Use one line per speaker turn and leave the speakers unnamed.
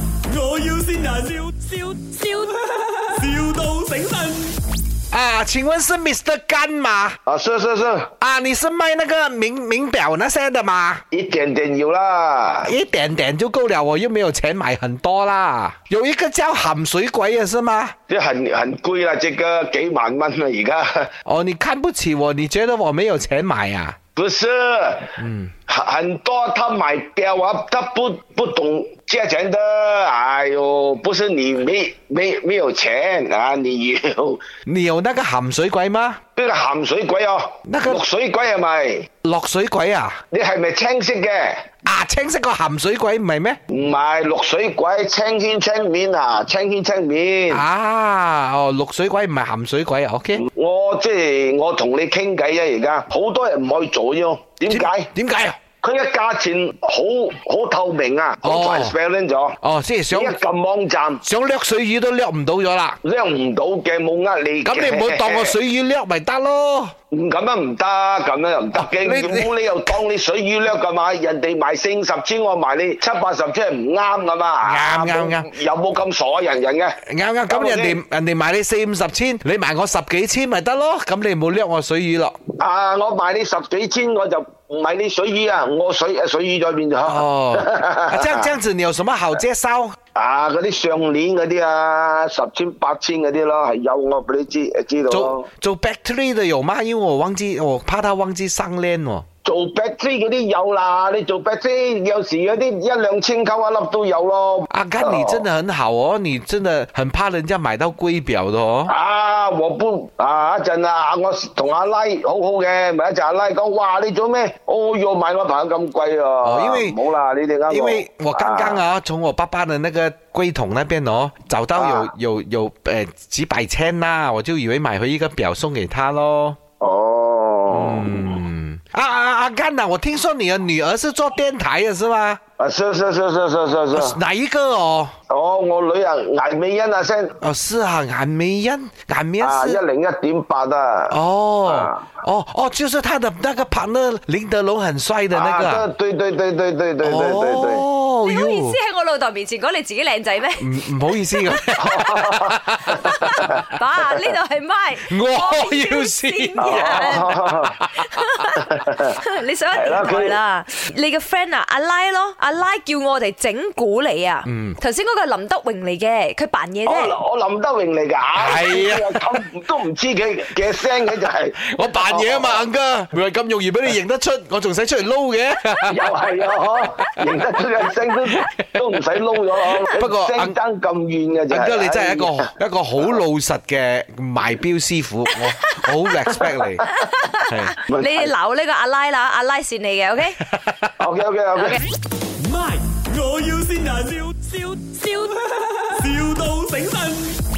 要先人，笑笑笑，,笑到醒神。
啊，请问是 Mr. 干吗？
啊，是是是，
啊，你是卖那个名名表那些的吗？
一点点有啦。
一点点就够了，我又没有钱买很多啦。有一个叫含水鬼的是吗？
这很很贵啦，这个几万蚊啦，而家
哦，你看不起我，你觉得我没有钱买啊呀、
不是，嗯，很多他买表啊，他不不懂价钱的，哎呦，不是你没没没有钱啊，你 有
你有那个含水鬼吗？
呢个鹹水鬼哦，
那個
綠水鬼係咪？
落水鬼啊？
你係咪青色嘅？
啊，青色个含水鬼唔系咩？
唔係綠水鬼，青天青面啊，青天青面。
啊，哦，落水鬼唔系含水鬼啊，OK？
我即係我同你傾偈啊，而家好多人唔可以做呢種，點解？
点解啊？
佢嘅價錢好好透明啊，好
哦
transparent 咗。
哦，即系想
你一撳網站，
想掠水鱼都掠唔到咗啦。
叻唔到嘅，冇呃你嘅。
咁你唔 好当我水鱼掠咪得咯？
唔咁樣唔得，咁樣又唔得
你
嘅。
你
冇理由當你水魚叻㗎嘛，人哋賣四五十千，我賣你七八十千係唔啱㗎嘛。
啱啱啱
有冇咁傻啊人人嘅？
啱啱咁
搞到
人
呢
哋人哋賣你四五十千，你賣我十幾千咪得咯，咁你唔好掠我水魚 咯。
啊，我賣你十幾千，我就唔賣你水魚啊，我水水魚再變咗。
哦，啊這樣這樣子你有什麼好介紹？
啊，嗰啲上年嗰啲啊，十千八千嗰啲咯，係有我俾你知知道咯
做。做 battery 的有嗎？因為我忘記，我怕他忘記上鏈喎。
做 battery 嗰啲有啦，你做 battery 有時嗰啲一兩千溝一粒都有咯。
阿甘，啊你真的很好哦，你真的很怕人家買到龜表的哦。
啊，我搬啊一陣啊，我同阿拉好好嘅，咪一陣阿拉講，哇你做咩？哦哟，買我朋友咁貴
哦
啊！
因為
冇啦，你哋啱我。
因為我剛剛
啊，
啊，從我爸爸的那個櫃桶那邊哦，找到
啊
有有有呃幾百千啦、我就以為買回一個表送給他咯。
哦。
嗯，啊啊阿甘呐、我听说你的女儿是做电台的是吗？
啊，是是是是是是是，
哪一个哦？
哦，我女啊，顏美欣啊聲
哦，是啊，俺梅恩，俺梅
啊，
恩
一
是。
零一點八啊，
哦
啊
哦哦，就是他的那个 partner 林德龙很帅的那个
啊
啊。
對對對對對對對對對，
哦
你好意思啊
哟，嗯
喺我老豆面前講你自己靚仔咩？
唔唔好意思咁，
爸，呢度係咪？
我要線
啊
人，
哦
你上一電台
係
啦。你嘅 friend 啊，阿拉咯，阿拉叫我哋整蠱你啊。
嗯
頭先嗰個林德榮嚟嘅，佢扮嘢啫。
我我林德榮嚟㗎，
係啊
咁都唔知佢嘅聲嘅就係，
我扮嘢啊 嘛，阿哥，唔係咁容易俾你認得出，我仲使出嚟撈 嘅。
又係啊，嗬，認得出嘅聲都都唔使撈咗，
不過
聲爭咁遠嘅就
阿哥，你真係一
哎呀
個一個好老實嘅賣表師傅，我我好 respect 你。係
你哋鬧呢個阿拉啦，阿拉線你嘅，OK？
，OK OK OK。
My，我要先人，笑笑笑，,笑到醒神。